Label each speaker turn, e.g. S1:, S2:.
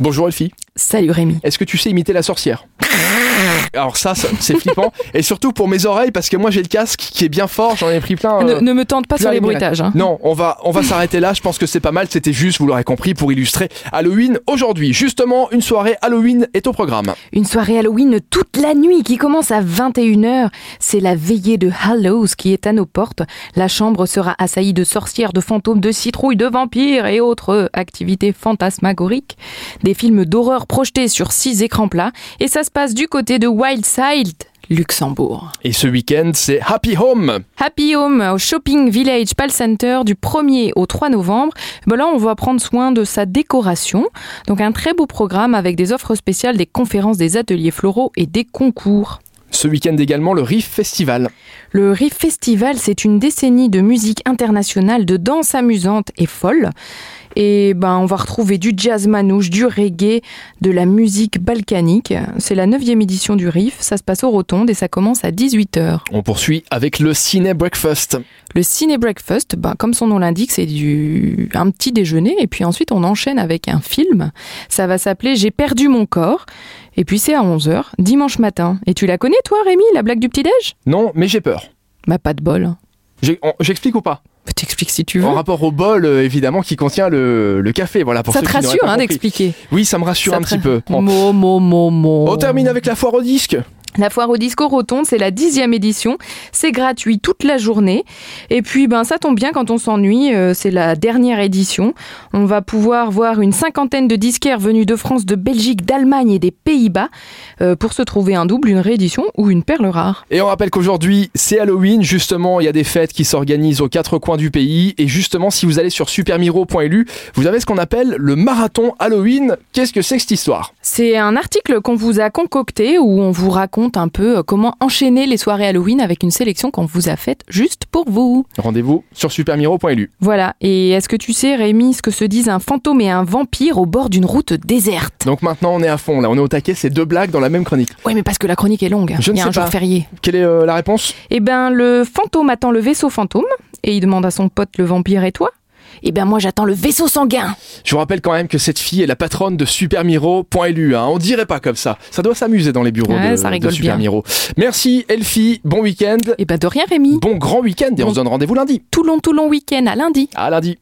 S1: Bonjour Elfie.
S2: Salut Rémi.
S1: Est-ce que tu sais imiter la sorcière Alors ça, ça, c'est flippant. Et surtout pour mes oreilles, parce que moi j'ai le casque qui est bien fort, j'en ai pris plein. euh,
S2: Ne, ne me tente pas sur
S1: là,
S2: les
S1: il y a-
S2: bruitages. hein.
S1: Non, on va, on va s'arrêter là. Je pense que c'est pas mal. C'était juste, vous l'aurez compris, pour illustrer Halloween aujourd'hui. Justement, une soirée Halloween est au programme.
S2: Une soirée Halloween toute la nuit qui commence à 21h. C'est la veillée de Hallows qui est à nos portes. La chambre sera assaillie de sorcières, de fantômes, de citrouilles, de vampires et autres euh, activités fantasmagoriques. Des films d'horreur projetés sur six écrans plats. Et ça se passe du côté de Wildside, Luxembourg.
S1: Et ce week-end, c'est Happy Home.
S2: Happy Home au Shopping Village Pal Center du 1er au 3 novembre. Ben là, on va prendre soin de sa décoration. Donc un très beau programme avec des offres spéciales, des conférences, des ateliers floraux et des concours.
S1: Ce week-end également, le Riff Festival.
S2: Le Riff Festival, c'est une décennie de musique internationale, de danse amusante et folle. Et ben, on va retrouver du jazz manouche, du reggae, de la musique balkanique. C'est la 9 édition du Riff. Ça se passe au Rotonde et ça commence à 18h.
S1: On poursuit avec le Ciné Breakfast.
S2: Le ciné breakfast, ben, comme son nom l'indique, c'est du un petit déjeuner et puis ensuite on enchaîne avec un film. Ça va s'appeler J'ai perdu mon corps et puis c'est à 11h dimanche matin. Et tu la connais toi Rémi, la blague du petit-déj
S1: Non, mais j'ai peur.
S2: Bah pas de bol.
S1: J'ai- on- J'explique ou pas
S2: Bah, T'expliques si tu veux.
S1: En rapport au bol, euh, évidemment, qui contient le, le café. Voilà, pour
S2: Ça
S1: ceux
S2: te
S1: qui n'auraient
S2: rassure
S1: pas
S2: hein,
S1: compris.
S2: d'expliquer.
S1: Oui, ça me rassure
S2: Ça
S1: un
S2: te-
S1: petit peu. Bon.
S2: Mo mo mo mo.
S1: On termine avec la foire au disque.
S2: La foire au disco rotonde, c'est la dixième édition. C'est gratuit toute la journée. Et puis, ben, ça tombe bien quand on s'ennuie. euh, c'est la dernière édition. On va pouvoir voir une cinquantaine de disquaires venus de France, de Belgique, d'Allemagne et des Pays-Bas euh, pour se trouver un double, une réédition ou une perle rare.
S1: Et on rappelle qu'aujourd'hui, c'est Halloween. Justement, il y a des fêtes qui s'organisent aux quatre coins du pays. Et justement, si vous allez sur supermiro.lu, vous avez ce qu'on appelle le marathon Halloween. Qu'est-ce que c'est que cette histoire
S2: C'est un article qu'on vous a concocté où on vous raconte un peu euh, comment enchaîner les soirées Halloween avec une sélection qu'on vous a faite juste pour vous.
S1: Rendez-vous sur supermiro.lu.
S2: Voilà. Et est-ce que tu sais, Rémi, ce que se disent un fantôme et un vampire au bord d'une route déserte
S1: Donc maintenant, on est à fond. Là, on est au taquet. C'est deux blagues dans la même chronique.
S2: Oui, mais parce que la chronique est longue.
S1: Je
S2: Il
S1: ne
S2: y a
S1: sais
S2: un jour
S1: pas.
S2: férié.
S1: Quelle est euh, la réponse
S2: Eh ben, le fantôme attend le vaisseau fantôme et il demande à son pote le vampire et toi Eh ben, moi j'attends le vaisseau sanguin.
S1: Je vous rappelle quand même que cette fille est la patronne de supermiro.lu. Hein. On dirait pas comme ça. Ça doit s'amuser dans les bureaux
S2: Ouais,
S1: de,
S2: ça
S1: de
S2: rigole bien.
S1: Supermiro. Merci, Elfie. Bon week-end.
S2: Eh ben, de rien, Rémi.
S1: Bon grand week-end. Et on
S2: Bon-
S1: se donne rendez-vous lundi.
S2: Tout long, tout long week-end, à lundi.
S1: À lundi.